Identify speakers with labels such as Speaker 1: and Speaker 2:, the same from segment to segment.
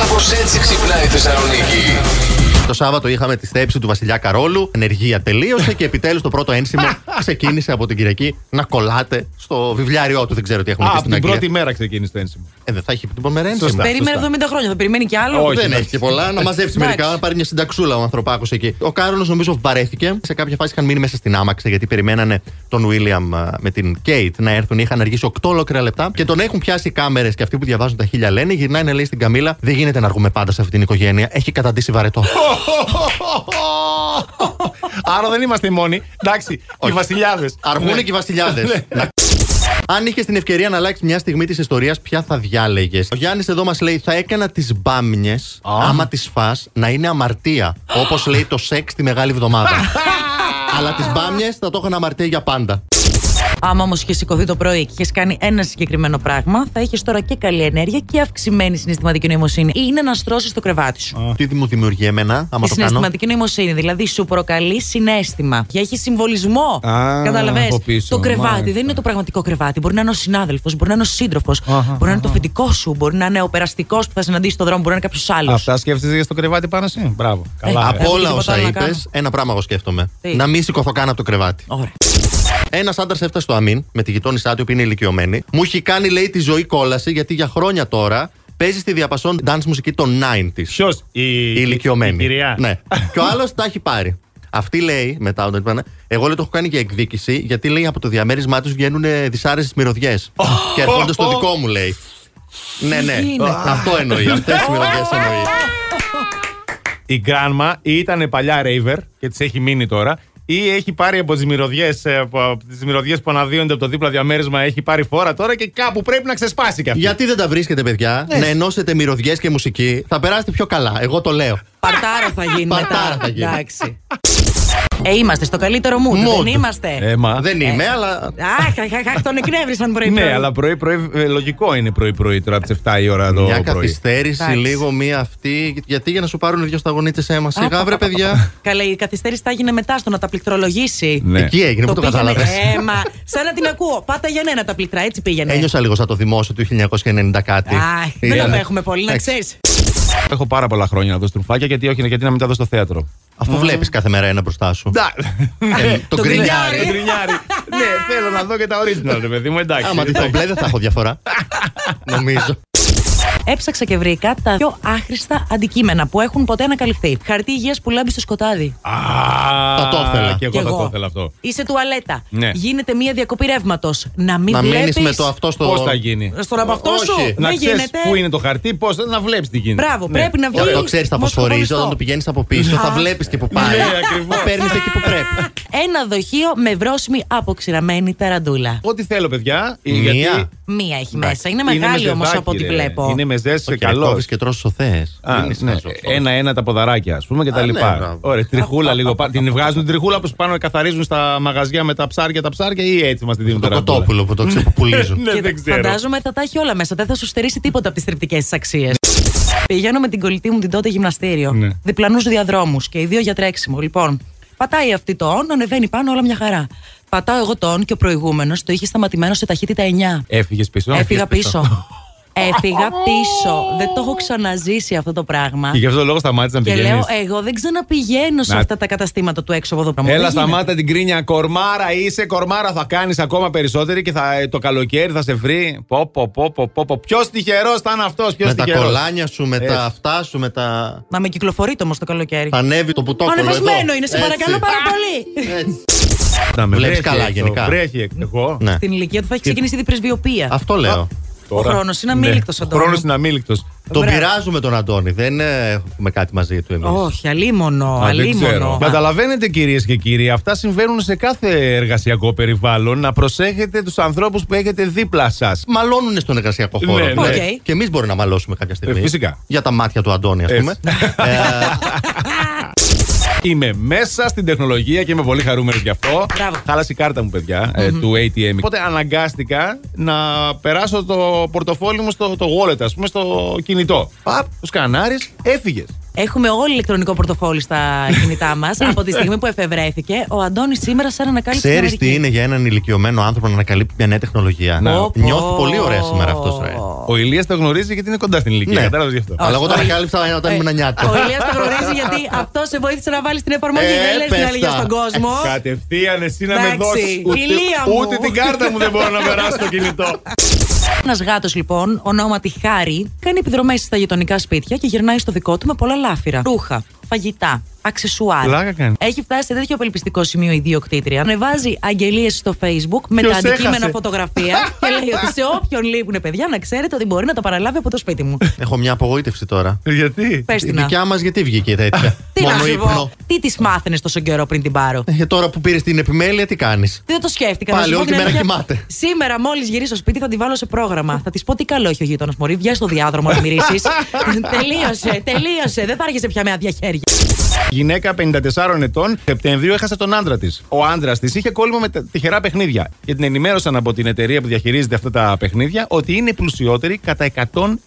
Speaker 1: Κάπως έτσι ξυπνάει η Θεσσαλονίκη.
Speaker 2: Το Σάββατο είχαμε τη στέψη του Βασιλιά Καρόλου. Ενεργεία τελείωσε και επιτέλους το πρώτο ένσημο ξεκίνησε από την Κυριακή να κολλάτε στο βιβλιάριό του. Δεν ξέρω τι έχουμε
Speaker 3: Α,
Speaker 2: πει
Speaker 3: από
Speaker 2: στην
Speaker 3: την
Speaker 2: Αγγλία.
Speaker 3: πρώτη μέρα ξεκίνησε το ένσημο.
Speaker 2: Ε, δεν θα έχει την πομερά ένσημα.
Speaker 3: Σωστά.
Speaker 4: Περίμενε 70 χρόνια, θα περιμένει κι άλλο.
Speaker 3: Όχι.
Speaker 2: Δεν
Speaker 3: εντάξει.
Speaker 2: έχει και πολλά. Να μαζέψει
Speaker 4: Εντάξει.
Speaker 2: μερικά, να πάρει μια συνταξούλα ο ανθρωπάκος εκεί. Ο Κάρολος νομίζω βαρέθηκε. Σε κάποια φάση είχαν μείνει μέσα στην άμαξα γιατί περιμένανε τον Βίλιαμ α, με την Κέιτ να έρθουν. Είχαν αργήσει 8 ολόκληρα λεπτά και τον έχουν πιάσει οι κάμερες και αυτοί που διαβάζουν τα χίλια λένε. Γυρνάει να λέει στην Καμίλα: Δεν γίνεται να αργούμε πάντα σε αυτή την οικογένεια. Έχει καταντήσει βαρετό.
Speaker 3: Άρα δεν είμαστε οι μόνοι. Εντάξει, οι Ναι. βασιλιάδε.
Speaker 2: Αργούν
Speaker 4: Ναι.
Speaker 2: και οι βασιλιάδες. Αν είχες την ευκαιρία να αλλάξεις μια στιγμή της ιστορίας, ποια θα διάλεγες. Ο Γιάννης εδώ μας λέει: Θα έκανα τις μπάμιες, άμα τις φά, να είναι αμαρτία. Όπως λέει το σεξ τη μεγάλη εβδομάδα. Αλλά τις μπάμιες θα το έκανα αμαρτία για πάντα.
Speaker 4: Άμα όμως είχες σηκωθεί το πρωί και είχες κάνει ένα συγκεκριμένο πράγμα, θα είχες τώρα και καλή ενέργεια και αυξημένη συναισθηματική νοημοσύνη. Είναι να στρώσεις το κρεβάτι σου.
Speaker 2: Τι μου δημιουργεί εμένα, άμα
Speaker 4: Η
Speaker 2: το κάνω.
Speaker 4: συναισθηματική νοημοσύνη, δηλαδή σου προκαλεί συνέστημα και έχει συμβολισμό.
Speaker 3: Α,
Speaker 4: Καταλαβες.
Speaker 3: από πίσω,
Speaker 4: Το κρεβάτι
Speaker 3: μάλιστα.
Speaker 4: δεν είναι το πραγματικό κρεβάτι. Μπορεί να είναι ο συνάδελφος, μπορεί να είναι ο σύντροφος, μπορεί να είναι το φοιτικό σου, μπορεί να είναι ο περαστικός που θα συναντήσει στον δρόμο, μπορεί να είναι κάποιος άλλος.
Speaker 3: Αυτά σκέφτεσαι στο κρεβάτι πάνω εσύ. Μπράβο.
Speaker 2: Ε,
Speaker 3: Καλά.
Speaker 4: Έχω
Speaker 2: Από όλα
Speaker 4: Ε, τίποτα
Speaker 2: όσα
Speaker 4: άλλο να
Speaker 2: είπες,
Speaker 4: κάνω.
Speaker 2: ένα πράγμα εγώ σκέφτομαι.
Speaker 4: Τι?
Speaker 2: Να μην σηκωθώ καν από το κρεβάτι.
Speaker 4: Ωραία.
Speaker 2: Ένας άντρας έφτασε στο Αμήν με τη γειτόνισά του που είναι ηλικιωμένη. Μου έχει κάνει, λέει, τη ζωή κόλαση γιατί για χρόνια τώρα παίζει στη διαπασόν dance μουσική των 90s.
Speaker 3: Ποιος, η
Speaker 2: η ηλικιωμένη.
Speaker 3: η κυρία.
Speaker 2: Ναι. και ο άλλος τα έχει πάρει. Αυτή λέει μετά όταν είπανε, εγώ λέει το έχω κάνει για εκδίκηση, γιατί λέει από το διαμέρισμά τους βγαίνουν δυσάρεστες μυρωδιές. και έρχονται στο δικό μου, λέει. ναι, ναι.
Speaker 4: γίνεται.
Speaker 2: Αυτό εννοεί. Αυτές τις μυρωδιές εννοεί.
Speaker 3: Η γκράνμα ήταν παλιά raver και τη έχει μείνει τώρα. Ή έχει πάρει από τις μυρωδιές τις μυρωδιές που αναδύονται από το δίπλα διαμέρισμα, έχει πάρει φόρα τώρα και κάπου πρέπει να ξεσπάσει κι αυτή.
Speaker 2: Γιατί δεν τα βρίσκετε, παιδιά,
Speaker 3: Ναι.
Speaker 2: να ενώσετε μυρωδιές και μουσική, θα περάσετε πιο καλά. Εγώ το λέω.
Speaker 4: Παρτάρα θα γίνει
Speaker 2: Παρτάρα
Speaker 4: μετά.
Speaker 2: θα γίνει.
Speaker 4: Εντάξει. Ε, είμαστε στο καλύτερο μου.
Speaker 2: Mood.
Speaker 4: Δεν είμαστε.
Speaker 3: Έμα.
Speaker 2: δεν είμαι, αλλά.
Speaker 4: Αχ, αχ, αχ, αχ, τον εκνεύρισαν πρωί.
Speaker 3: Ε, Ναι,
Speaker 4: πρωί.
Speaker 3: αλλά πρωί-πρωί, ε, λογικό είναι πρωί-πρωί τώρα από τις 7 η ώρα το
Speaker 2: Μια
Speaker 3: πρωί.
Speaker 2: καθυστέρηση,
Speaker 4: Εντάξει.
Speaker 2: λίγο μία αυτή. Γιατί για να σου πάρουν δύο σταγονίτες αίμα. Σιγά, βρε, παιδιά.
Speaker 4: Καλά, η καθυστέρηση θα έγινε μετά στο να τα πληκτρολογήσει.
Speaker 3: Ναι.
Speaker 2: Εκεί έγινε, πού το
Speaker 4: πήγαινε.
Speaker 2: κατάλαβες.
Speaker 4: Ε, μα, σαν να την ακούω. Πάτα για νένα τα πληκτρά, έτσι πήγαινε.
Speaker 2: Ένιωσα λίγο σαν το δημόσιο του 1990 κάτι.
Speaker 4: Αχ, Ναι. δεν
Speaker 2: Ήταν-
Speaker 4: απέχουμε πολύ, να
Speaker 2: Εντάξει.
Speaker 4: ξέρεις.
Speaker 3: Έχω πάρα πολλά χρόνια να δω στρουφάκια, γιατί όχι, γιατί να μην τα δω στο θέατρο.
Speaker 2: Αφού βλέπεις κάθε μέρα ένα μπροστά σου. Ε, το
Speaker 4: Ναι. το
Speaker 2: γκρινιάρι.
Speaker 4: γκρινιάρι.
Speaker 3: Το γκρινιάρι. ναι, θέλω να δω και τα original, ρε παιδί μου, εντάξει.
Speaker 2: Άμα δει το μπλε, δεν θα έχω διαφορά. Νομίζω.
Speaker 4: Έψαξα και βρήκα τα πιο άχρηστα αντικείμενα που έχουν ποτέ ανακαλυφθεί. Χαρτί υγείας που λάμπει στο σκοτάδι.
Speaker 3: Α,
Speaker 2: Θα το ήθελα.
Speaker 3: Και εγώ
Speaker 4: Κι
Speaker 3: θα το ήθελα αυτό.
Speaker 4: Είσαι τουαλέτα.
Speaker 3: Ναι.
Speaker 4: Γίνεται μία διακοπή ρεύματος. Να μην
Speaker 2: Να μείνεις
Speaker 4: βλέπεις
Speaker 2: με το αυτό στο.
Speaker 3: Πώς θα γίνει.
Speaker 4: Στον απαυτό
Speaker 2: Όχι.
Speaker 4: σου.
Speaker 2: Να
Speaker 3: Να
Speaker 4: δεν
Speaker 3: ξέρεις
Speaker 4: γίνεται.
Speaker 3: πού είναι το χαρτί, πώς να βλέπεις τι γίνεται. Ναι.
Speaker 4: Μπράβο, πρέπει να βγει.
Speaker 2: Ωραία, το ξέρεις, θα
Speaker 4: μοσχοβολιστό.
Speaker 2: φωσφορίζει. Όταν το πηγαίνεις από πίσω, θα
Speaker 4: Α.
Speaker 2: βλέπεις και που πάει.
Speaker 3: Ναι, ακριβώς.
Speaker 2: Θα παίρνεις εκεί που πρέπει.
Speaker 4: Ένα δοχείο με βρώσιμη αποξηραμένη ταραντούλα.
Speaker 3: Ό,τι θέλω, παιδιά. ε,
Speaker 2: Μία.
Speaker 3: γιατί-
Speaker 4: Μία έχει μέσα. Είναι μεγάλη όμω
Speaker 3: μεζεδάκι,
Speaker 4: από ό,τι
Speaker 3: ρε.
Speaker 4: βλέπω.
Speaker 3: Είναι μεζέ και
Speaker 2: Όχι,
Speaker 3: καλό.
Speaker 2: κόβεις και τρώσει οθέε.
Speaker 3: ναι. Ε, Ένα-ένα τα ποδαράκια, ας πούμε, και τα
Speaker 2: Α, ναι,
Speaker 3: λοιπά.
Speaker 2: μπράβο.
Speaker 3: Ωραία, τριχούλα λίγο. πάνω. Την βγάζουν την τριχούλα όπως πάνω καθαρίζουν στα μαγαζιά με τα ψάρια, τα ψάρια ή έτσι μας τη δίνουν
Speaker 2: Το
Speaker 3: τώρα.
Speaker 2: κοτόπουλο που το ξεποπουλίζουν.
Speaker 3: Ναι,
Speaker 4: Και
Speaker 3: δεν ξέρω.
Speaker 4: Φαντάζομαι θα τα έχει όλα μέσα. Δεν θα σου στερήσει τίποτα από τις θρεπτικές της αξίες. Πηγαίνω με την κολλητή μου την τότε γυμναστήριο.
Speaker 3: Ναι.
Speaker 4: Διπλανούς διαδρόμους και οι δύο για τρέξιμο. Λοιπόν, πατάει αυτή το on, ανεβαίνει πάνω, όλα μια χαρά. Πατάω εγώ το on και ο προηγούμενος το είχε σταματημένο σε ταχύτητα 9.
Speaker 3: Έφυγες πίσω.
Speaker 4: Έφυγα πίσω. Έφυγα πίσω. Δεν το έχω ξαναζήσει αυτό το πράγμα.
Speaker 3: Και γι' αυτό το λόγο σταμάτησε να
Speaker 4: Και
Speaker 3: πηγαίνεις.
Speaker 4: λέω, ε, εγώ δεν ξαναπηγαίνω σε
Speaker 3: Να-
Speaker 4: αυτά τα καταστήματα του έξω από εδώ πράγμα.
Speaker 3: Έλα,
Speaker 4: Δεν γίνεται.
Speaker 3: σταμάτα την κρίνια. Κορμάρα είσαι, κορμάρα θα κάνεις ακόμα περισσότερη και θα, ε, το καλοκαίρι θα σε βρει. Πω, πω, πω, πω, πω, πω. Ποιος τυχερός ήταν αυτός, ποιος
Speaker 2: Με τα
Speaker 3: τυχερός.
Speaker 2: κολάνια σου, με
Speaker 3: Έτσι.
Speaker 2: τα αυτά σου, με τα.
Speaker 4: Μα με κυκλοφορείτε όμως το καλοκαίρι.
Speaker 2: Θα Ανέβει το πουτόκολλο. εδώ.
Speaker 4: Ανεβασμένο είναι, σε
Speaker 2: Έτσι.
Speaker 4: παρακαλώ πάρα πολύ.
Speaker 2: Έτσι.
Speaker 3: Να με
Speaker 2: Βλέπεις
Speaker 3: βρέχει
Speaker 2: καλά
Speaker 3: έξω.
Speaker 2: γενικά.
Speaker 3: Βρέχει εκ- εγώ.
Speaker 2: Ναι.
Speaker 4: Στην ηλικία του θα έχει ξεκινήσει ήδη πρεσβειοποία.
Speaker 2: Αυτό λέω.
Speaker 3: Τώρα. Ναι.
Speaker 4: Ο χρόνος είναι αμήλικτος, Αντώνη.
Speaker 3: Ο χρόνος είναι αμήλικτος.
Speaker 2: Τον
Speaker 4: Μπράβο.
Speaker 2: πειράζουμε τον Αντώνη. Δεν ε, έχουμε κάτι μαζί του εμείς.
Speaker 4: Όχι, αλίμονο, αλίμονο.
Speaker 3: Καταλαβαίνετε κυρίες και κύριοι, αυτά συμβαίνουν σε κάθε εργασιακό περιβάλλον. Να προσέχετε τους ανθρώπους που έχετε δίπλα σας.
Speaker 2: μαλώνουν στον εργασιακό χώρο.
Speaker 3: Ναι, ναι.
Speaker 4: Οκ.
Speaker 2: Και εμείς μπορεί να μαλώσουμε κάποια στιγμή.
Speaker 3: Ε, φυσικά.
Speaker 2: Για τα μάτια του Αντώνη, ας πούμε. Ε,
Speaker 3: Είμαι μέσα στην τεχνολογία και είμαι πολύ χαρούμενος γι' αυτό.
Speaker 4: Μπράβο.
Speaker 3: Χάλασε η κάρτα μου, παιδιά, ε, του ATM. Οπότε αναγκάστηκα να περάσω το πορτοφόλι μου στο το wallet, ας πούμε, στο κινητό. Παπ, το σκανάρι, έφυγε.
Speaker 4: Έχουμε όλοι ηλεκτρονικό πορτοφόλι στα κινητά μας από τη στιγμή που εφευρέθηκε. Ο Αντώνης σήμερα σαν ανακάλυψε. την
Speaker 2: Ξέρει
Speaker 4: Αμερική.
Speaker 2: τι είναι για έναν ηλικιωμένο άνθρωπο να ανακαλύπτει μια νέα τεχνολογία.
Speaker 3: Ναι.
Speaker 4: Πω, πω.
Speaker 2: Νιώθει πολύ ωραία σήμερα αυτός, ρε.
Speaker 3: Ο Ηλίας το γνωρίζει γιατί είναι κοντά στην ηλικία.
Speaker 2: Ναι.
Speaker 3: Κατάλαβες γι' αυτό.
Speaker 2: Αλλά εγώ το
Speaker 4: Όχι.
Speaker 2: ανακάλυψα όταν
Speaker 4: Ε,
Speaker 2: ήμουν νιάτο.
Speaker 4: Ο Ηλίας το γνωρίζει γιατί αυτό σε βοήθησε να βάλεις την εφαρμογή.
Speaker 2: Ε,
Speaker 4: Δεν λες την
Speaker 2: πέφτα. Ε,
Speaker 4: αλήθεια στον κόσμο.
Speaker 3: Κατευθείαν εσύ να με
Speaker 4: Εντάξει,
Speaker 3: δώσεις.
Speaker 4: Ηλία μου.
Speaker 3: ούτε την κάρτα μου δεν μπορώ να περάσω στο κινητό.
Speaker 4: Ένα γάτος λοιπόν, ονόματι Χάρη, κάνει επιδρομές στα γειτονικά σπίτια και γυρνάει στο δικό του με πολλά λάφυρα. Ρούχα, φαγητά, αξεσουάρ.
Speaker 3: Πλάκα κάνει.
Speaker 4: Έχει φτάσει σε τέτοιο απελπιστικό σημείο η διοκτήτρια. Ανεβάζει αγγελίες στο Facebook με
Speaker 3: Ποιος
Speaker 4: τα αντικείμενα
Speaker 3: έχασε?
Speaker 4: φωτογραφία και λέει ότι σε όποιον λείπουν παιδιά να ξέρετε ότι μπορεί να τα παραλάβει από το σπίτι μου.
Speaker 2: Έχω μια απογοήτευση τώρα.
Speaker 3: Γιατί.
Speaker 4: Πες
Speaker 2: Η
Speaker 4: την
Speaker 2: δικιά μας γιατί βγήκε τέτοια.
Speaker 4: Τι να
Speaker 2: Μόνο
Speaker 4: σου
Speaker 2: ύπνο.
Speaker 4: πω, τι της μάθαινες τόσο καιρό πριν την πάρω.
Speaker 2: Ε, τώρα που πήρες την επιμέλεια, τι κάνεις.
Speaker 4: Δεν το σκέφτηκα.
Speaker 2: Πάλι
Speaker 4: να σου πω
Speaker 2: όλη τη
Speaker 4: την
Speaker 2: μέρα
Speaker 4: αλήθεια.
Speaker 2: κοιμάται.
Speaker 4: Σήμερα, μόλις γυρίσω στο σπίτι, θα τη βάλω σε πρόγραμμα. θα της πω τι καλό έχει ο γείτονας Μωρή. Βγαίνει στο διάδρομο να μυρίσεις. τελείωσε, τελείωσε. Δεν θα άρχισε πια με άδεια χέρια.
Speaker 3: Γυναίκα 54 ετών, Σεπτεμβρίου έχασε τον άντρα της. Ο άντρας της είχε κόλλημα με τα τυχερά παιχνίδια. Και την ενημέρωσαν από την εταιρεία που διαχειρίζεται αυτά τα παιχνίδια ότι είναι πλουσιότερη κατά 166.000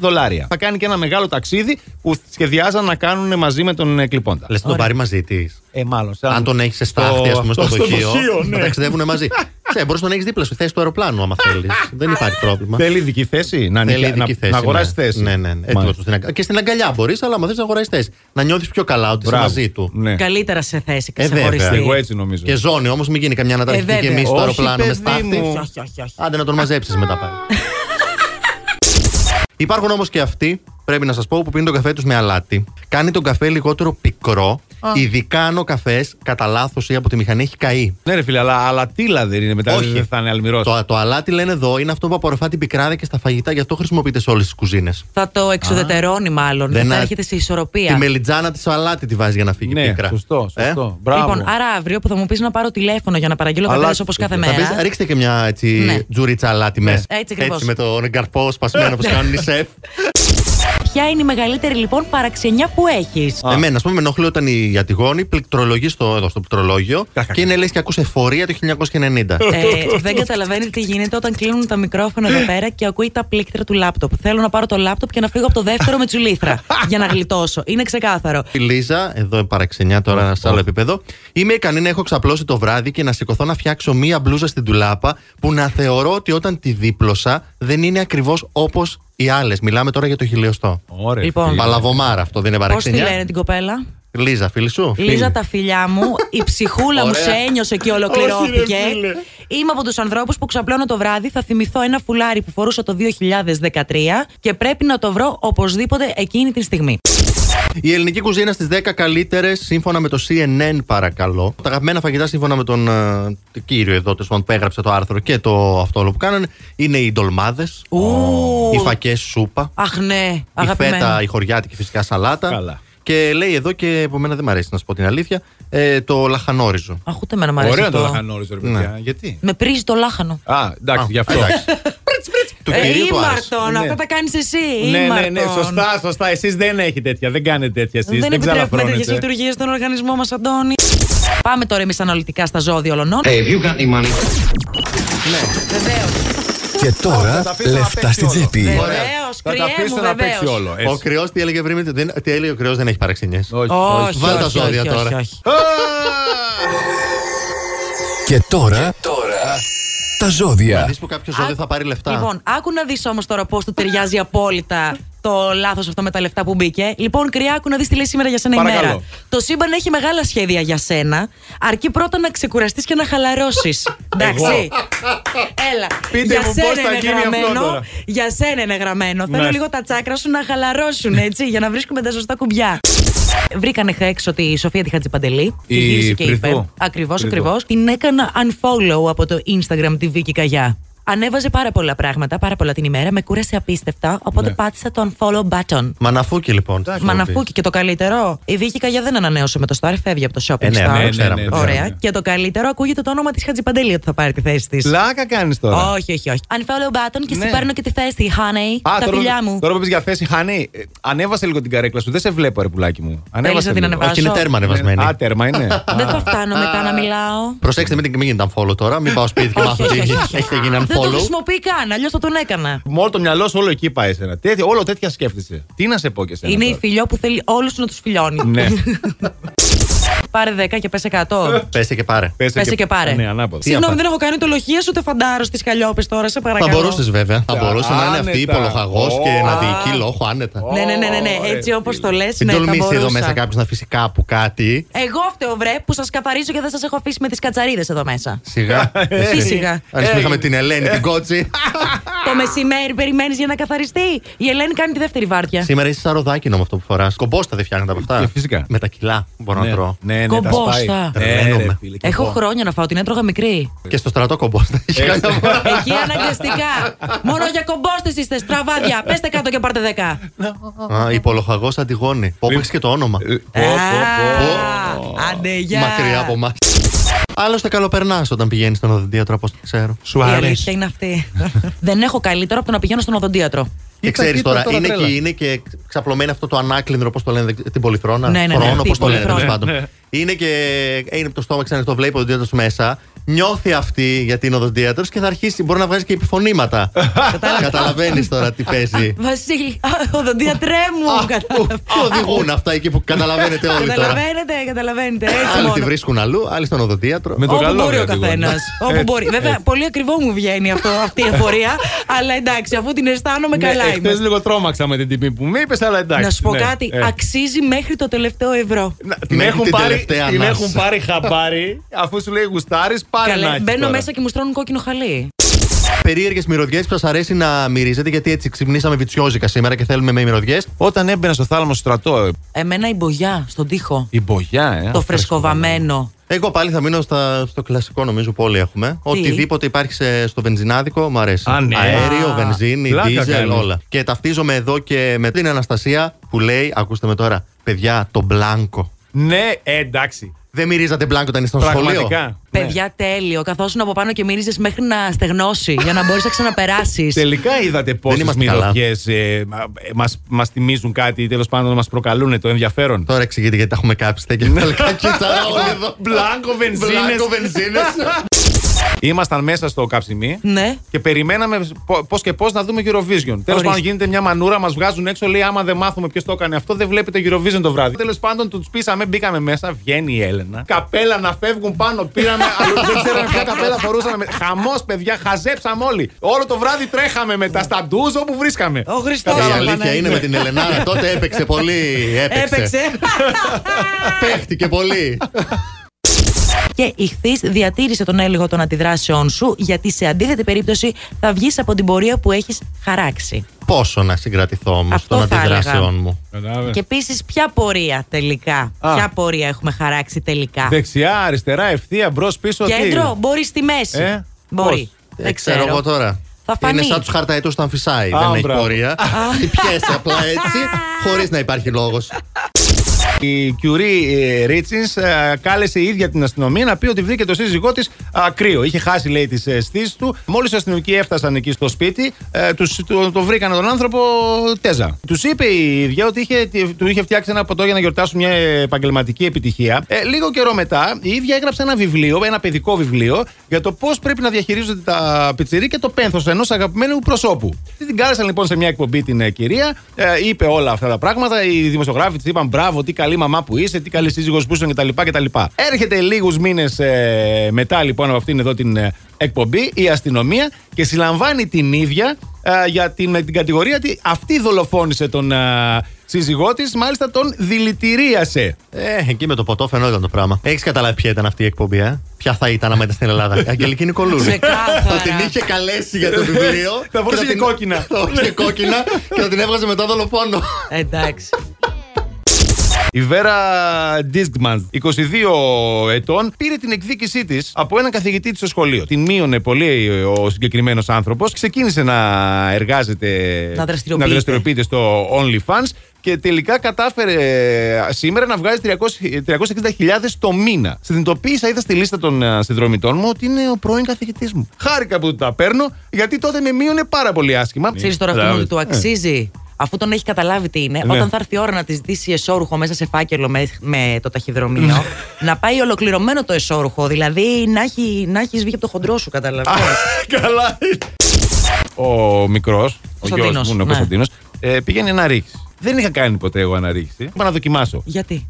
Speaker 3: δολάρια. Θα κάνει και ένα μεγάλο ταξίδι που σχεδιάζαν να κάνουν μαζί με τον ε, κλειπώντα.
Speaker 2: Λες να τον
Speaker 4: Ωραία.
Speaker 2: πάρει μαζί της.
Speaker 3: Ε, μάλλον. σαν-
Speaker 2: Αν τον έχει σε στάχτη, ας πούμε, στο
Speaker 3: αυτό,
Speaker 2: δοχείο.
Speaker 3: ναι.
Speaker 2: Να ταξιδεύουν μαζί. Ξέρετε, μπορείς να τον έχεις δίπλα σου. Θέση του αεροπλάνου, άμα θέλεις. Δεν υπάρχει πρόβλημα.
Speaker 3: Θέλει ειδική θέση να,
Speaker 2: Θέλει
Speaker 3: νοικιά-
Speaker 2: ειδική
Speaker 3: να,
Speaker 2: θέση,
Speaker 3: να αγοράσει
Speaker 2: ναι.
Speaker 3: θέση.
Speaker 2: Ναι, ναι. ναι.
Speaker 3: Μάλιστα.
Speaker 2: Έτοιμο του στην αγκα- Και στην αγκαλιά μπορείς, αλλά άμα θες να αγοράσεις θέση. Να νιώθεις πιο καλά ότι είσαι
Speaker 3: Μπράβο.
Speaker 2: μαζί του.
Speaker 3: Ναι.
Speaker 4: Καλύτερα σε θέση
Speaker 2: Ε, βέβαια.
Speaker 4: ξεχωριστή.
Speaker 3: Εγώ έτσι νομίζω.
Speaker 2: Και ζώνη όμως, μην γίνει καμιά αναταραχή
Speaker 4: Ε,
Speaker 2: και
Speaker 4: βέβαια.
Speaker 2: εμεί στο
Speaker 3: Όχι,
Speaker 2: αεροπλάνο με
Speaker 3: παιδί
Speaker 2: στάχτη.
Speaker 3: μου.
Speaker 4: όχι, όχι, όχι.
Speaker 2: Άντε να τον μαζέψεις μετά πάλι. Υπάρχουν όμως και αυτοί, πρέπει να σας πω, που πίνουν τον καφέ τους με αλάτι. Κάνει τον καφέ λιγότερο πικρό, ειδικά αν ο καφές κατά λάθος ή από τη μηχανή έχει καεί.
Speaker 3: Ναι, ρε φίλε, αλλά αλατίλα δεν είναι μετά.
Speaker 2: Όχι.
Speaker 3: Δεν θα είναι αλμυρός.
Speaker 2: Το, το αλάτι λένε εδώ είναι αυτό που απορροφά την πικράδα και στα φαγητά, γι' αυτό χρησιμοποιείται σε όλες τις κουζίνες.
Speaker 4: Θα το εξουδετερώνει μάλλον.
Speaker 2: Δεν
Speaker 4: Ναι, θα
Speaker 2: α-
Speaker 4: έρχεται σε
Speaker 2: Τη
Speaker 4: ισορροπία.
Speaker 2: μελιτζάνα της αλάτι τη βάζει για να φύγει
Speaker 3: Ναι,
Speaker 2: πίκρα.
Speaker 3: σωστό,
Speaker 2: Ε?
Speaker 3: σωστό. Μπράβο.
Speaker 4: Λοιπόν, άρα αύριο που θα μου πεις να πάρω τηλέφωνο για να παραγγείλω
Speaker 3: Αλλά-
Speaker 4: καφέδες όπω κάθε
Speaker 3: Θα
Speaker 2: Θα
Speaker 4: μέρα.
Speaker 2: πεις, ρίξτε και μια έτσι,
Speaker 4: Ναι.
Speaker 2: τζουρίτσα αλάτι μέσα.
Speaker 4: έτσι ακριβώς.
Speaker 2: με τον καρπό σπασμένο που κάνουν οι σεφ.
Speaker 4: Ποια είναι η μεγαλύτερη λοιπόν παραξενιά που έχεις.
Speaker 3: Α.
Speaker 2: Εμένα, ας πούμε, με ενοχλεί όταν η Ατιγόνη πληκτρολογεί στο, εδώ, στο πληκτρολόγιο
Speaker 3: Κακά.
Speaker 2: και είναι λες και ακούσε εφορία το 1990.
Speaker 4: Ε, δεν καταλαβαίνεις τι γίνεται όταν κλείνουν τα μικρόφωνα εδώ πέρα και ακούει τα πλήκτρα του λάπτοπ. Θέλω να πάρω το λάπτοπ και να φύγω από το δεύτερο με τσουλήθρα για να γλιτώσω. Είναι ξεκάθαρο.
Speaker 2: Η Λίζα, εδώ παραξενιά τώρα σε άλλο επίπεδο. Είμαι ικανή να έχω ξαπλώσει το βράδυ και να σηκωθώ να φτιάξω μία μπλούζα στην τουλάπα που να θεωρώ ότι όταν τη δίπλωσα δεν είναι ακριβώς όπως οι άλλες. Μιλάμε τώρα για το χιλιοστό.
Speaker 3: Ωραία.
Speaker 4: Λοιπόν.
Speaker 3: φίλε.
Speaker 2: Παλαβομάρα αυτό, δεν είναι
Speaker 4: Πώς τη
Speaker 2: παραξενιά.
Speaker 4: λένε την κοπέλα.
Speaker 2: Λίζα, φίλη σου.
Speaker 4: Λίζα τα φιλιά μου, η ψυχούλα μου
Speaker 2: Ωραία.
Speaker 4: σε ένιωσε και ολοκληρώθηκε. Είμαι από τους ανθρώπους που ξαπλώνω το βράδυ, θα θυμηθώ ένα φουλάρι που φορούσα το 2013 και πρέπει να το βρω οπωσδήποτε εκείνη τη στιγμή.
Speaker 2: Η ελληνική κουζίνα στις 10 καλύτερες, σύμφωνα με το CNN, παρακαλώ. Τα αγαπημένα φαγητά, σύμφωνα με τον ε, τον κύριο εδώ, τέλος πάντων, που έγραψε το άρθρο και το αυτό όλο που κάνανε, είναι οι ντολμάδες, οι φακές σούπα,
Speaker 4: Αχ ναι,
Speaker 2: η φέτα,
Speaker 4: αγαπημένη.
Speaker 2: η χωριάτικη φυσικά σαλάτα.
Speaker 3: Καλά.
Speaker 2: Και λέει εδώ και επομένω δεν μου αρέσει να σου πω την αλήθεια, ε, το λαχανόριζο.
Speaker 4: Αχ, ούτε εμένα μ' αρέσει
Speaker 3: Ωραίο να το
Speaker 4: αυτό.
Speaker 3: λαχανόριζο, ρε παιδιά. Γιατί.
Speaker 4: Με πρίζει το λάχανο.
Speaker 3: Α, εντάξει, γι' αυτό.
Speaker 2: Του κυρίου του άρεσε.
Speaker 4: Ε, ήμαρτον,
Speaker 3: Ναι.
Speaker 4: αυτά τα κάνεις εσύ.
Speaker 3: Ναι, ναι, ναι,
Speaker 4: ήμαρτον.
Speaker 3: σωστά, σωστά. Εσείς δεν έχετε τέτοια. Δεν κάνετε τέτοια εσείς.
Speaker 4: Δεν επιτρέπουμε τέτοιες
Speaker 3: ξαναφρώνετε.
Speaker 4: λειτουργίες στον οργανισμό μας, Αντώνη. Πάμε τώρα εμείς αναλυτικά στα ζώδια ολονών.
Speaker 1: Hey, if you got any money.
Speaker 4: Βεβαίως.
Speaker 5: Και
Speaker 3: Θα
Speaker 5: τώρα
Speaker 3: τα αφήσω να
Speaker 5: λεφτά
Speaker 3: παίξει
Speaker 5: στην
Speaker 3: όλο.
Speaker 5: τσέπη.
Speaker 3: Ωραία.
Speaker 4: Βεβαίως,
Speaker 3: Θα τα
Speaker 4: κρυέ
Speaker 3: αφήσω
Speaker 4: μου,
Speaker 3: να παίξει
Speaker 4: βεβαίως.
Speaker 3: όλο.
Speaker 2: Ο
Speaker 3: έτσι.
Speaker 2: κρυός, τι έλεγε πριν, ότι δεν- τι έλεγε ο κρυός δεν έχει παραξενιές.
Speaker 3: Όχι,
Speaker 4: Όχι,
Speaker 2: Βάλ' τα
Speaker 4: όχι,
Speaker 2: ζώδια
Speaker 4: όχι,
Speaker 2: τώρα.
Speaker 4: όχι, όχι.
Speaker 3: Α!
Speaker 5: Και τώρα
Speaker 1: Τώρα.
Speaker 5: τα ζώδια.
Speaker 2: Δεις που κάποιος ζώδιο θα πάρει λεφτά.
Speaker 4: Λοιπόν, άκου να δεις όμως τώρα πώς του ταιριάζει απόλυτα το λάθος αυτό με τα λεφτά που μπήκε. Λοιπόν, κρυά, άκου να δεις τι λέει σήμερα για σένα
Speaker 3: Παρακαλώ.
Speaker 4: ημέρα. Το σύμπαν έχει μεγάλα σχέδια για σένα. Αρκεί πρώτα να ξεκουραστείς και να χαλαρώσεις. Εντάξει. Έλα.
Speaker 3: Πείτε
Speaker 4: για
Speaker 3: μου πώς
Speaker 4: σένα
Speaker 3: θα
Speaker 4: είναι
Speaker 3: γίνει αυτό
Speaker 4: γραμμένο.
Speaker 3: τώρα.
Speaker 4: Για σένα είναι γραμμένο. Θέλω
Speaker 3: Ναι.
Speaker 4: λίγο τα τσάκρα σου να χαλαρώσουν, έτσι, για να βρίσκουμε τα σωστά κουμπιά. Βρήκανε χθε ότι η Σοφία τη Χατζιπαντελή.
Speaker 3: Η
Speaker 4: τη γύρισε και
Speaker 3: Φρυθού.
Speaker 4: είπε. Ακριβώς,
Speaker 3: Φρυθού.
Speaker 4: ακριβώς. Την έκανα unfollow από το Instagram τη Βίκη Καγιά. Ανέβαζε πάρα πολλά πράγματα, πάρα πολλά την ημέρα. Με κούρασε απίστευτα. Οπότε
Speaker 3: Ναι.
Speaker 4: πάτησα το unfollow button.
Speaker 2: Μαναφούκι λοιπόν.
Speaker 4: Μαναφούκι και το καλύτερο. Η Βίκη Καγιά δεν ανανέωσε με το Star, φεύγει από το shopping
Speaker 2: Ε, ναι,
Speaker 4: star.
Speaker 2: ναι,
Speaker 3: ναι,
Speaker 2: ξέραμε.
Speaker 3: ναι, ναι.
Speaker 4: Ωραία. Και το καλύτερο ακούγεται το όνομα της Χατζιπαντελή ότι θα πάρει τη θέση της.
Speaker 3: Πλάκα κάνεις τώρα.
Speaker 4: Όχι, όχι, όχι. Unfollow button και
Speaker 3: Ναι.
Speaker 4: σου παίρνω και τη θέση, honey.
Speaker 3: Α,
Speaker 4: τα
Speaker 3: τώρα-
Speaker 4: φιλιά μου.
Speaker 3: Τώρα που πεις για θέση, Χάνη, ε, ανέβασε λίγο την καρέκλα σου. Δεν σε βλέπω, ρε πουλάκι μου.
Speaker 4: Θέλεις
Speaker 3: Ανέβασε.
Speaker 4: να την
Speaker 3: λίγο.
Speaker 4: ανεβάσω.
Speaker 2: Όχι, είναι τέρμα ανεβασμένη.
Speaker 3: Α, τέρμα είναι.
Speaker 4: Δεν θα φτάνω μετά να μιλάω.
Speaker 2: Προσέξτε, μην, μην γίνετε unfollow τώρα. Μην πάω σπίτι και
Speaker 4: Όχι,
Speaker 2: μάθω
Speaker 4: όχι,
Speaker 2: ότι
Speaker 4: όχι, όχι.
Speaker 2: έχετε γίνει unfollow.
Speaker 4: Δεν το
Speaker 2: follow.
Speaker 4: χρησιμοποιεί καν, αλλιώς θα τον έκανα.
Speaker 3: Μόνο το μυαλό σου όλο εκεί πάει εσένα. Τέτοια, όλο τέτοια σκέφτεσαι. Τι να σε πω και εσένα.
Speaker 4: Είναι η
Speaker 3: τώρα.
Speaker 4: φιλιό που θέλει όλους να τους φιλιώνει.
Speaker 3: Ναι,
Speaker 4: Πάρε 10 και πε 100.
Speaker 2: Ε, Πέσε και πάρε.
Speaker 4: Πέσε και πάρε.
Speaker 3: Ναι, ανάποδα.
Speaker 4: Συγγνώμη,
Speaker 2: απα-
Speaker 4: δεν έχω κάνει τολογίε ούτε φαντάρος στι καλλιόπε τώρα,
Speaker 2: Θα
Speaker 4: σε παρακαλώ.
Speaker 2: μπορούσες βέβαια. Θα μπορούσε να είναι αυτή η
Speaker 3: Άνετα.
Speaker 2: υπολοχαγό και
Speaker 3: Ω.
Speaker 2: να διοικεί λόγο άνετα.
Speaker 4: Ναι, ναι, ναι, ναι, ναι.
Speaker 3: Ωραία,
Speaker 4: έτσι όπω
Speaker 3: φίλε.
Speaker 4: το λες.
Speaker 2: Μην
Speaker 4: Ναι, θα
Speaker 2: τολμήσει εδώ
Speaker 4: μπορούσα.
Speaker 2: μέσα κάποιος να αφήσει κάπου κάτι.
Speaker 4: Εγώ φταίω, βρε, που σας καθαρίζω και δεν σας έχω αφήσει με τις κατσαρίδες εδώ μέσα.
Speaker 2: Ε, Σιγά. Ε,
Speaker 4: Τι σιγά.
Speaker 2: Αν σου είχαμε την Ελένη, την κότσι.
Speaker 4: Το μεσημέρι περιμένεις για να καθαριστεί. Η Ελένη κάνει τη δεύτερη βάρδια.
Speaker 2: Σήμερα είσαι σαν ροδάκινο με αυτό που φοράς. Κομπόστα δεν φτιάχνετε από αυτά.
Speaker 3: Ε, φυσικά.
Speaker 2: Με τα κιλά μπορώ να
Speaker 3: Ναι,
Speaker 2: τρώω.
Speaker 3: Ναι, ναι, τα
Speaker 4: Κομπόστα.
Speaker 3: σπάει. Ναι,
Speaker 2: Τρελαίνομαι.
Speaker 3: ρε, φίλε, και
Speaker 4: Έχω
Speaker 3: εγώ.
Speaker 4: χρόνια να φάω, την έτρωγα μικρή.
Speaker 2: Και στο στρατό κομπόστα.
Speaker 3: Ε.
Speaker 4: Εκεί αναγκαστικά. Μόνο για κομπόστε είστε, στραβάδια. Πέστε κάτω και πάρτε δεκά.
Speaker 2: Υπολοχαγό Αντιγόνη. Όπου έχει και το όνομα.
Speaker 3: Ε, πω, πω, πω.
Speaker 4: Α, Άντε, γεια.
Speaker 2: Μακριά από εμάς. Άλλωστε καλοπερνάς όταν πηγαίνεις στον οδοντίατρο, από ό,τι ξέρω.
Speaker 3: Σου
Speaker 4: Η
Speaker 3: αρέσει.
Speaker 4: αλήθεια είναι αυτή. Δεν έχω καλύτερο από το να πηγαίνω στον οδοντίατρο.
Speaker 2: Και
Speaker 3: Κοίτα,
Speaker 2: ξέρει
Speaker 3: κοίτα
Speaker 2: Ε, τώρα,
Speaker 3: τώρα,
Speaker 2: είναι
Speaker 3: τρέλα.
Speaker 2: και, είναι και ξαπλωμένο αυτό το ανάκλινδρο, πώ το λένε, δεν ξέ- την πολυθρόνα.
Speaker 4: Ναι, ναι, ναι,
Speaker 2: Θρόνο,
Speaker 4: αυτή
Speaker 2: πώς
Speaker 4: η
Speaker 2: το λένε,
Speaker 4: πολυθρόνα.
Speaker 2: τέλο πάντων.
Speaker 3: Ναι.
Speaker 2: Είναι και. Είναι το στόμα ξανοιχτό, βλέπει ο οδοντίατρος μέσα. Νιώθει αυτή γιατί είναι οδοντίατρος και θα αρχίσει. Μπορεί να βγάζει και επιφωνήματα. Καταλαβαίνεις τώρα τι παίζει.
Speaker 4: Βασίλη, α, οδοντίατρέ μου.
Speaker 2: Πού
Speaker 4: κατάλαβα.
Speaker 2: πού οδηγούν αυτά εκεί που καταλαβαίνετε όλοι τώρα.
Speaker 4: Καταλαβαίνετε, καταλαβαίνετε. Έτσι
Speaker 2: Άλλοι τη
Speaker 4: μόνο.
Speaker 2: βρίσκουν αλλού, άλλοι στον οδοντίατρο.
Speaker 3: Με το
Speaker 4: Όπου
Speaker 3: καλό
Speaker 4: μπορεί ο
Speaker 3: βέβαια, τη
Speaker 4: καθένα.
Speaker 3: γωνία.
Speaker 4: Όπου
Speaker 3: Έτσι,
Speaker 4: μπορεί. Βέβαια, πολύ ακριβό μου βγαίνει αυτό, αυτή η εφορία. αλλά εντάξει, αφού την αισθάνομαι καλά
Speaker 3: Ναι,
Speaker 4: είμαι.
Speaker 3: χθες λίγο τρόμαξα με την τιμή που μου είπες, αλλά εντάξει.
Speaker 4: Να σου πω
Speaker 3: ναι,
Speaker 4: κάτι,
Speaker 3: ε.
Speaker 4: αξίζει μέχρι το τελευταίο ευρώ.
Speaker 3: Να- Την
Speaker 2: Μέχρι
Speaker 3: έχουν
Speaker 2: την
Speaker 3: πάρει-
Speaker 2: τελευταία
Speaker 3: την
Speaker 2: ανάσα.
Speaker 3: έχουν πάρει χαμπάρι, αφού σου λέει γουστάρι, πάρε να
Speaker 4: Καλέ,
Speaker 3: έχεις
Speaker 4: μπαίνω
Speaker 3: τώρα.
Speaker 4: μέσα και μου στρώνουν κόκκινο χαλί.
Speaker 2: Περίεργες μυρωδιές που σας αρέσει να μυρίζετε γιατί έτσι ξυπνήσαμε βιτσιόζικα σήμερα και θέλουμε με μυρωδιές.
Speaker 3: Όταν έμπαινα στο θάλαμο στο στρατό, ε,
Speaker 4: Εμένα η μπογιά στον τοίχο.
Speaker 3: η μπογιά, ε.
Speaker 4: Το φρεσκοβαμένο.
Speaker 2: Εγώ πάλι θα μείνω στα, στο κλασικό νομίζω που όλοι έχουμε. Οτιδήποτε υπάρχει σε- στο βενζινάδικο μου αρέσει.
Speaker 3: Α, ναι.
Speaker 2: Αέριο,
Speaker 4: Α,
Speaker 2: βενζίνη,
Speaker 3: πλάκα
Speaker 2: δίζελ,
Speaker 3: κάνεις.
Speaker 2: όλα. Και ταυτίζομαι εδώ και με την Αναστασία που λέει, ακούστε με τώρα, παιδιά, το μπλάνκο.
Speaker 3: Ναι, ε, εντάξει.
Speaker 2: Δεν μυρίζατε μπλάνκο όταν ήσταν στο σχολείο.
Speaker 3: Πραγματικά.
Speaker 4: Παιδιά, τέλειο. Καθώς από πάνω και μύριζε μέχρι να στεγνώσει για να μπορείς να ξαναπεράσεις.
Speaker 3: Τελικά είδατε
Speaker 2: Δεν
Speaker 3: πόσες
Speaker 2: είμαστε καλά.
Speaker 3: μυρωδιές ε, μα μας θυμίζουν κάτι ή τέλος πάντων μας προκαλούν το ενδιαφέρον.
Speaker 2: Τώρα εξηγείτε γιατί τα έχουμε κάψει. τα κεφαλικά κύτταρα όλοι εδώ.
Speaker 3: Μπλάνκο βενζίνες.
Speaker 2: Μπλάνκο βενζίνες.
Speaker 3: Ήμασταν μέσα στο καψιμί
Speaker 4: Ναι.
Speaker 3: και περιμέναμε πώς και πώς να δούμε Eurovision. Τέλος πάντων, γίνεται μια μανούρα, μας βγάζουν έξω, λέει: Άμα δεν μάθουμε ποιος το έκανε αυτό, δεν βλέπετε Eurovision το βράδυ. Τέλος πάντων, τους πείσαμε, μπήκαμε μέσα, βγαίνει η Έλενα. Καπέλα να φεύγουν πάνω, πήραμε. αλλά δεν ξέραμε ποια καπέλα φορούσαμε. Χαμός, παιδιά, χαζέψαμε όλοι. Όλο το βράδυ τρέχαμε μετά στα ντουζ όπου βρίσκαμε.
Speaker 4: Ο Χριστός.
Speaker 2: Η αλήθεια είναι με την Ελενάρα. Τότε έπαιξε πολύ. Έπαιξε.
Speaker 4: ναι, Έπαιξε.
Speaker 2: Παίχτηκε πολύ.
Speaker 4: Και η χθή διατήρησε τον έλεγχο των αντιδράσεών σου, γιατί σε αντίθετη περίπτωση θα βγεις από την πορεία που έχεις χαράξει.
Speaker 2: Πόσο να συγκρατηθώ όμως
Speaker 4: Αυτό
Speaker 2: των
Speaker 4: θα
Speaker 2: αντιδράσεών
Speaker 4: έλεγα.
Speaker 2: μου.
Speaker 4: Και επίσης, ποια πορεία τελικά.
Speaker 3: Α.
Speaker 4: Ποια πορεία έχουμε χαράξει τελικά.
Speaker 3: Δεξιά, αριστερά, ευθεία, μπρος, πίσω. τι?
Speaker 4: Κέντρο, μπορείς στη μέση.
Speaker 3: Ε,
Speaker 4: μπορεί.
Speaker 2: Ε,
Speaker 4: Δεν ξέρω.
Speaker 2: εγώ τώρα.
Speaker 4: Θα φανεί.
Speaker 2: Είναι σαν τους χαρταετούς όταν φυσάει.
Speaker 3: Α,
Speaker 2: Δεν έχει
Speaker 3: μπράβο.
Speaker 2: πορεία. Τι πιέσαι απλά έτσι, χωρίς να υπάρχει λόγος.
Speaker 3: Η Κιουρί Ρίτσιν κάλεσε η ίδια την αστυνομία να πει ότι βρήκε το σύζυγό της κρύο. Είχε χάσει, λέει, τις αισθήσεις του. Μόλις οι αστυνομικοί έφτασαν εκεί στο σπίτι, ε, τους, το, το βρήκαν τον άνθρωπο τέζα. Τους είπε η ίδια ότι είχε, του είχε φτιάξει ένα ποτό για να γιορτάσουν μια επαγγελματική επιτυχία. Ε, λίγο καιρό μετά, η ίδια έγραψε ένα βιβλίο, ένα παιδικό βιβλίο, για το πώς πρέπει να διαχειρίζονται τα πιτσιρί και το πένθος ενός αγαπημένου προσώπου. Την κάλεσαν λοιπόν σε μια εκπομπή την ε, κυρία, ε, είπε όλα αυτά τα πράγματα. Οι δημοσιογράφοι της είπαν μπράβο, τι καλή μαμά που είσαι, τι καλή σύζυγος που είσαι κτλ. κτλ. Έρχεται λίγους μήνες μετά λοιπόν από αυτήν εδώ την ε, εκπομπή η αστυνομία και συλλαμβάνει την ίδια ε, για την, με την κατηγορία ότι αυτή δολοφόνησε τον ε, σύζυγός της, μάλιστα τον δηλητηρίασε.
Speaker 2: Ε, εκεί με το ποτό φαινόταν το πράγμα. Έχεις καταλάβει ποια ήταν αυτή η εκπομπή, ε? Ποια θα ήταν άμα ήταν στην Ελλάδα. Η Αγγελική Νικολούλη.
Speaker 4: Ξεκάθαρα.
Speaker 2: θα την είχε καλέσει για το βιβλίο.
Speaker 3: Θα
Speaker 2: και
Speaker 3: φορούσε και
Speaker 2: την-
Speaker 3: κόκκινα.
Speaker 2: Θα φορούσε κόκκινα και θα την έβγαζε μετά δολοφόνο.
Speaker 4: Εντάξει.
Speaker 3: Η Βέρα Ντίσκμαν, 22 ετών, πήρε την εκδίκησή της από έναν καθηγητή της στο σχολείο. Την μείωνε πολύ ο συγκεκριμένος άνθρωπος. Ξεκίνησε να εργάζεται.
Speaker 4: Να δραστηριοποιείται.
Speaker 3: δραστηριοποιείται στο OnlyFans και τελικά κατάφερε σήμερα να βγάζει 300 360.000 το μήνα. Συνειδητοποίησα, είδα στη λίστα των ε, συνδρομητών μου ότι είναι ο πρώην καθηγητής μου. Χάρηκα που τα παίρνω, γιατί τότε με μείωνε πάρα πολύ άσχημα.
Speaker 4: Ξέρεις τώρα
Speaker 3: Ναι. Μπράβο.
Speaker 4: αυτό ότι του
Speaker 3: Ε.
Speaker 4: αξίζει. αφού τον έχει καταλάβει τι είναι,
Speaker 3: Ναι.
Speaker 4: όταν θα έρθει η ώρα να της ζητήσει εσόρουχο μέσα σε φάκελο με, με το
Speaker 3: Ναι.
Speaker 4: ταχυδρομείο, να πάει ολοκληρωμένο το εσόρουχο. Δηλαδή να έχει, να έχεις βγει από το χοντρό σου,
Speaker 3: Α,
Speaker 4: καταλαβαίνεις.
Speaker 3: Καλά. Ο μικρός, ο γιο
Speaker 4: Κωνσταντίνος,
Speaker 3: μου, είναι ο
Speaker 4: ναι.
Speaker 3: Κωνσταντίνος, πήγαινε αναρρίχηση. Δεν είχα κάνει ποτέ εγώ αναρρίχηση. Είπα να δοκιμάσω.
Speaker 4: Γιατί.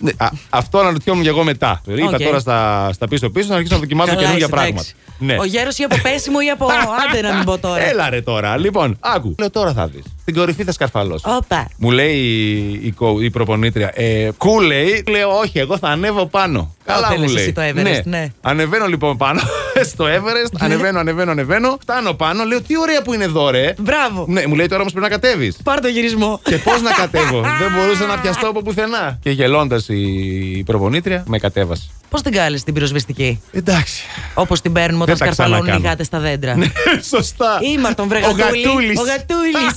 Speaker 3: Ναι, α, αυτό αναρωτιόμουν και εγώ μετά. Είπα
Speaker 4: Οκ.
Speaker 3: τώρα στα, στα πίσω-πίσω να αρχίσω να δοκιμάζω
Speaker 4: Καλά,
Speaker 3: καινούργια
Speaker 4: είσαι,
Speaker 3: πράγματα. Ναι.
Speaker 4: εντάξει. Ο γέρος ή από πέσιμο ή από. Άντε να μην πω τώρα.
Speaker 3: Έλα ρε τώρα. Λοιπόν, άκου. Λέω τώρα θα δεις. Στην κορυφή θα σκαρφαλώ.
Speaker 4: Όπα.
Speaker 3: Μου λέει η, η, κο- η προπονήτρια, ε, κου λέει, λέω όχι, εγώ θα ανέβω πάνω. Καλά μου
Speaker 4: θέλεις
Speaker 3: λέει.
Speaker 4: εσύ το Everest, ναι.
Speaker 3: Ανεβαίνω λοιπόν πάνω στο Everest, ανεβαίνω, ανεβαίνω, ανεβαίνω, φτάνω πάνω, λέω τι ωραία που είναι εδώ ρε.
Speaker 4: Μπράβο.
Speaker 3: Ναι, μου λέει τώρα όμως πρέπει να κατέβεις.
Speaker 4: Πάρ το γυρισμό.
Speaker 3: Και πώς να κατέβω. Δεν μπορούσα να πιαστώ από πουθενά. Και γελώντας η προπονήτρια, με κατέβασε.
Speaker 4: Πώς την κάλεσες την πυροσβεστική,
Speaker 3: Εντάξει.
Speaker 4: Όπως την παίρνουμε όταν
Speaker 3: Δεν τα
Speaker 4: σκαρφαλώνουν οι
Speaker 3: ξανακάνω. Ναι.
Speaker 4: γάτες στα δέντρα.
Speaker 3: Σωστά.
Speaker 4: Ήμαρτον τον
Speaker 3: Ο Γατούλης.
Speaker 4: Ο Γατούλης.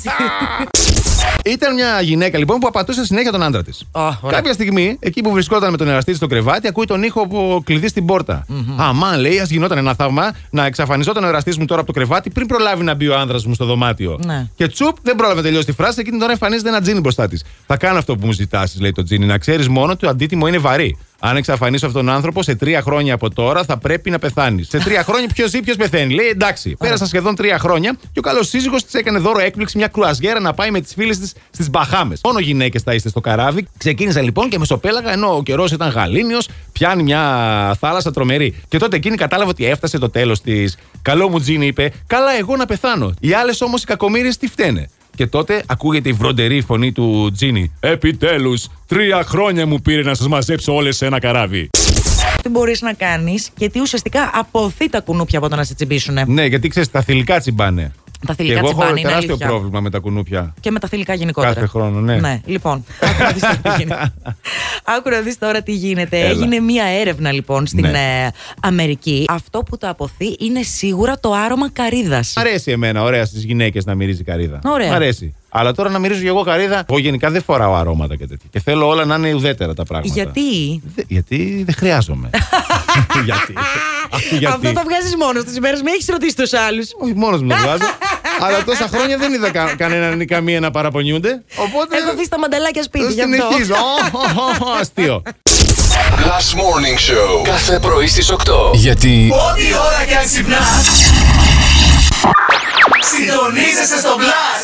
Speaker 3: Ήταν μια γυναίκα λοιπόν που απατούσε συνέχεια τον άντρα της.
Speaker 4: Α, ωραία.
Speaker 3: Κάποια στιγμή, εκεί που βρισκόταν με τον εραστή της στο κρεβάτι, ακούει τον ήχο από κλειδί στην πόρτα. Αμάν, λέει, ας γινόταν ένα θαύμα να εξαφανιζόταν ο εραστής μου τώρα από το κρεβάτι πριν προλάβει να μπει ο άνδρας μου στο δωμάτιο.
Speaker 4: Ναι.
Speaker 3: Και τσουπ, δεν πρόλαβε να τελειώσει τη φράση, εκείνη τώρα εμφανίζεται ένα τζίνι μπροστά της. Θα κάνω αυτό που μου ζητά, λέει το τζίνι, να ξέρεις μόνο ότι το αντίτιμο είναι βαρύ. Αν εξαφανίσω αυτόν τον άνθρωπο σε τρία χρόνια από τώρα, θα πρέπει να πεθάνει. Σε τρία χρόνια ποιος ζει, ποιος πεθαίνει. Λέει εντάξει. Πέρασαν σχεδόν τρία χρόνια και ο καλός σύζυγος της έκανε δώρο έκπληξη μια κρουαζιέρα να πάει με τις φίλες της στις Μπαχάμες. Μόνο γυναίκες θα είστε στο καράβι. Ξεκίνησα λοιπόν και μεσοπέλαγα ενώ ο καιρός ήταν γαλήνιος, πιάνει μια θάλασσα τρομερή. Και τότε εκείνη κατάλαβε ότι έφτασε το τέλος της. Καλό μου τζίνι, είπε. Καλά, εγώ να πεθάνω. Οι άλλες όμως οι κακομίρε τι φταίνε. Και τότε ακούγεται η βροντερή φωνή του Τζίνι. Επιτέλους, τρία χρόνια μου πήρε να σας μαζέψω όλες σε ένα καράβι.
Speaker 4: Τι μπορείς να κάνεις, γιατί ουσιαστικά αποθεί τα κουνούπια από το να σε τσιμπήσουν.
Speaker 3: Ναι, γιατί ξέρεις, τα θηλυκά τσιμπάνε.
Speaker 4: Τα θηλυκά
Speaker 3: και εγώ
Speaker 4: τσιμπάνε,
Speaker 3: έχω
Speaker 4: είναι
Speaker 3: τεράστιο
Speaker 4: αλήθεια.
Speaker 3: πρόβλημα με τα κουνούπια.
Speaker 4: Και με τα θηλυκά γενικότερα.
Speaker 3: Κάθε χρόνο, ναι.
Speaker 4: λοιπόν. Άκου να δεις τώρα τι γίνεται. Άκου να δεις τώρα τι γίνεται.
Speaker 3: Έλα.
Speaker 4: Έγινε μία έρευνα λοιπόν στην
Speaker 3: Ναι.
Speaker 4: ε, Αμερική. Αυτό που τα αποθεί είναι σίγουρα το άρωμα καρύδας.
Speaker 3: Μ' αρέσει εμένα, ωραία στις γυναίκες να μυρίζει καρύδα.
Speaker 4: Ωραία.
Speaker 3: Μ' αρέσει. Αλλά τώρα να μυρίζω και εγώ καρύδα. Εγώ γενικά δεν φοράω αρώματα και τέτοια. Και θέλω όλα να είναι ουδέτερα τα πράγματα.
Speaker 4: Γιατί.
Speaker 3: Δε- γιατί δεν χρειάζομαι. γιατί. Αχ, γιατί.
Speaker 4: Αυτό το βγάζεις μόνος τις ημέρε. Μην έχεις ρωτήσει τους άλλους.
Speaker 3: Όχι, μόνος μου το βγάζω. Αλλά τόσα χρόνια δεν είδα κα- κανέναν ή καμία να παραπονιούνται. Οπότε.
Speaker 4: Έχω αφήσει τα μανταλάκια
Speaker 3: Ε. το
Speaker 4: σπίτι γι' αυτό.
Speaker 3: συνεχίζω. Ω, ω, ω, Αστείο.
Speaker 1: Last Morning Show. Κάθε πρωί στις 8.
Speaker 5: Γιατί
Speaker 6: Ό,τι ώρα κι αν ξυπνάς Συντονίζεσαι στο Blast.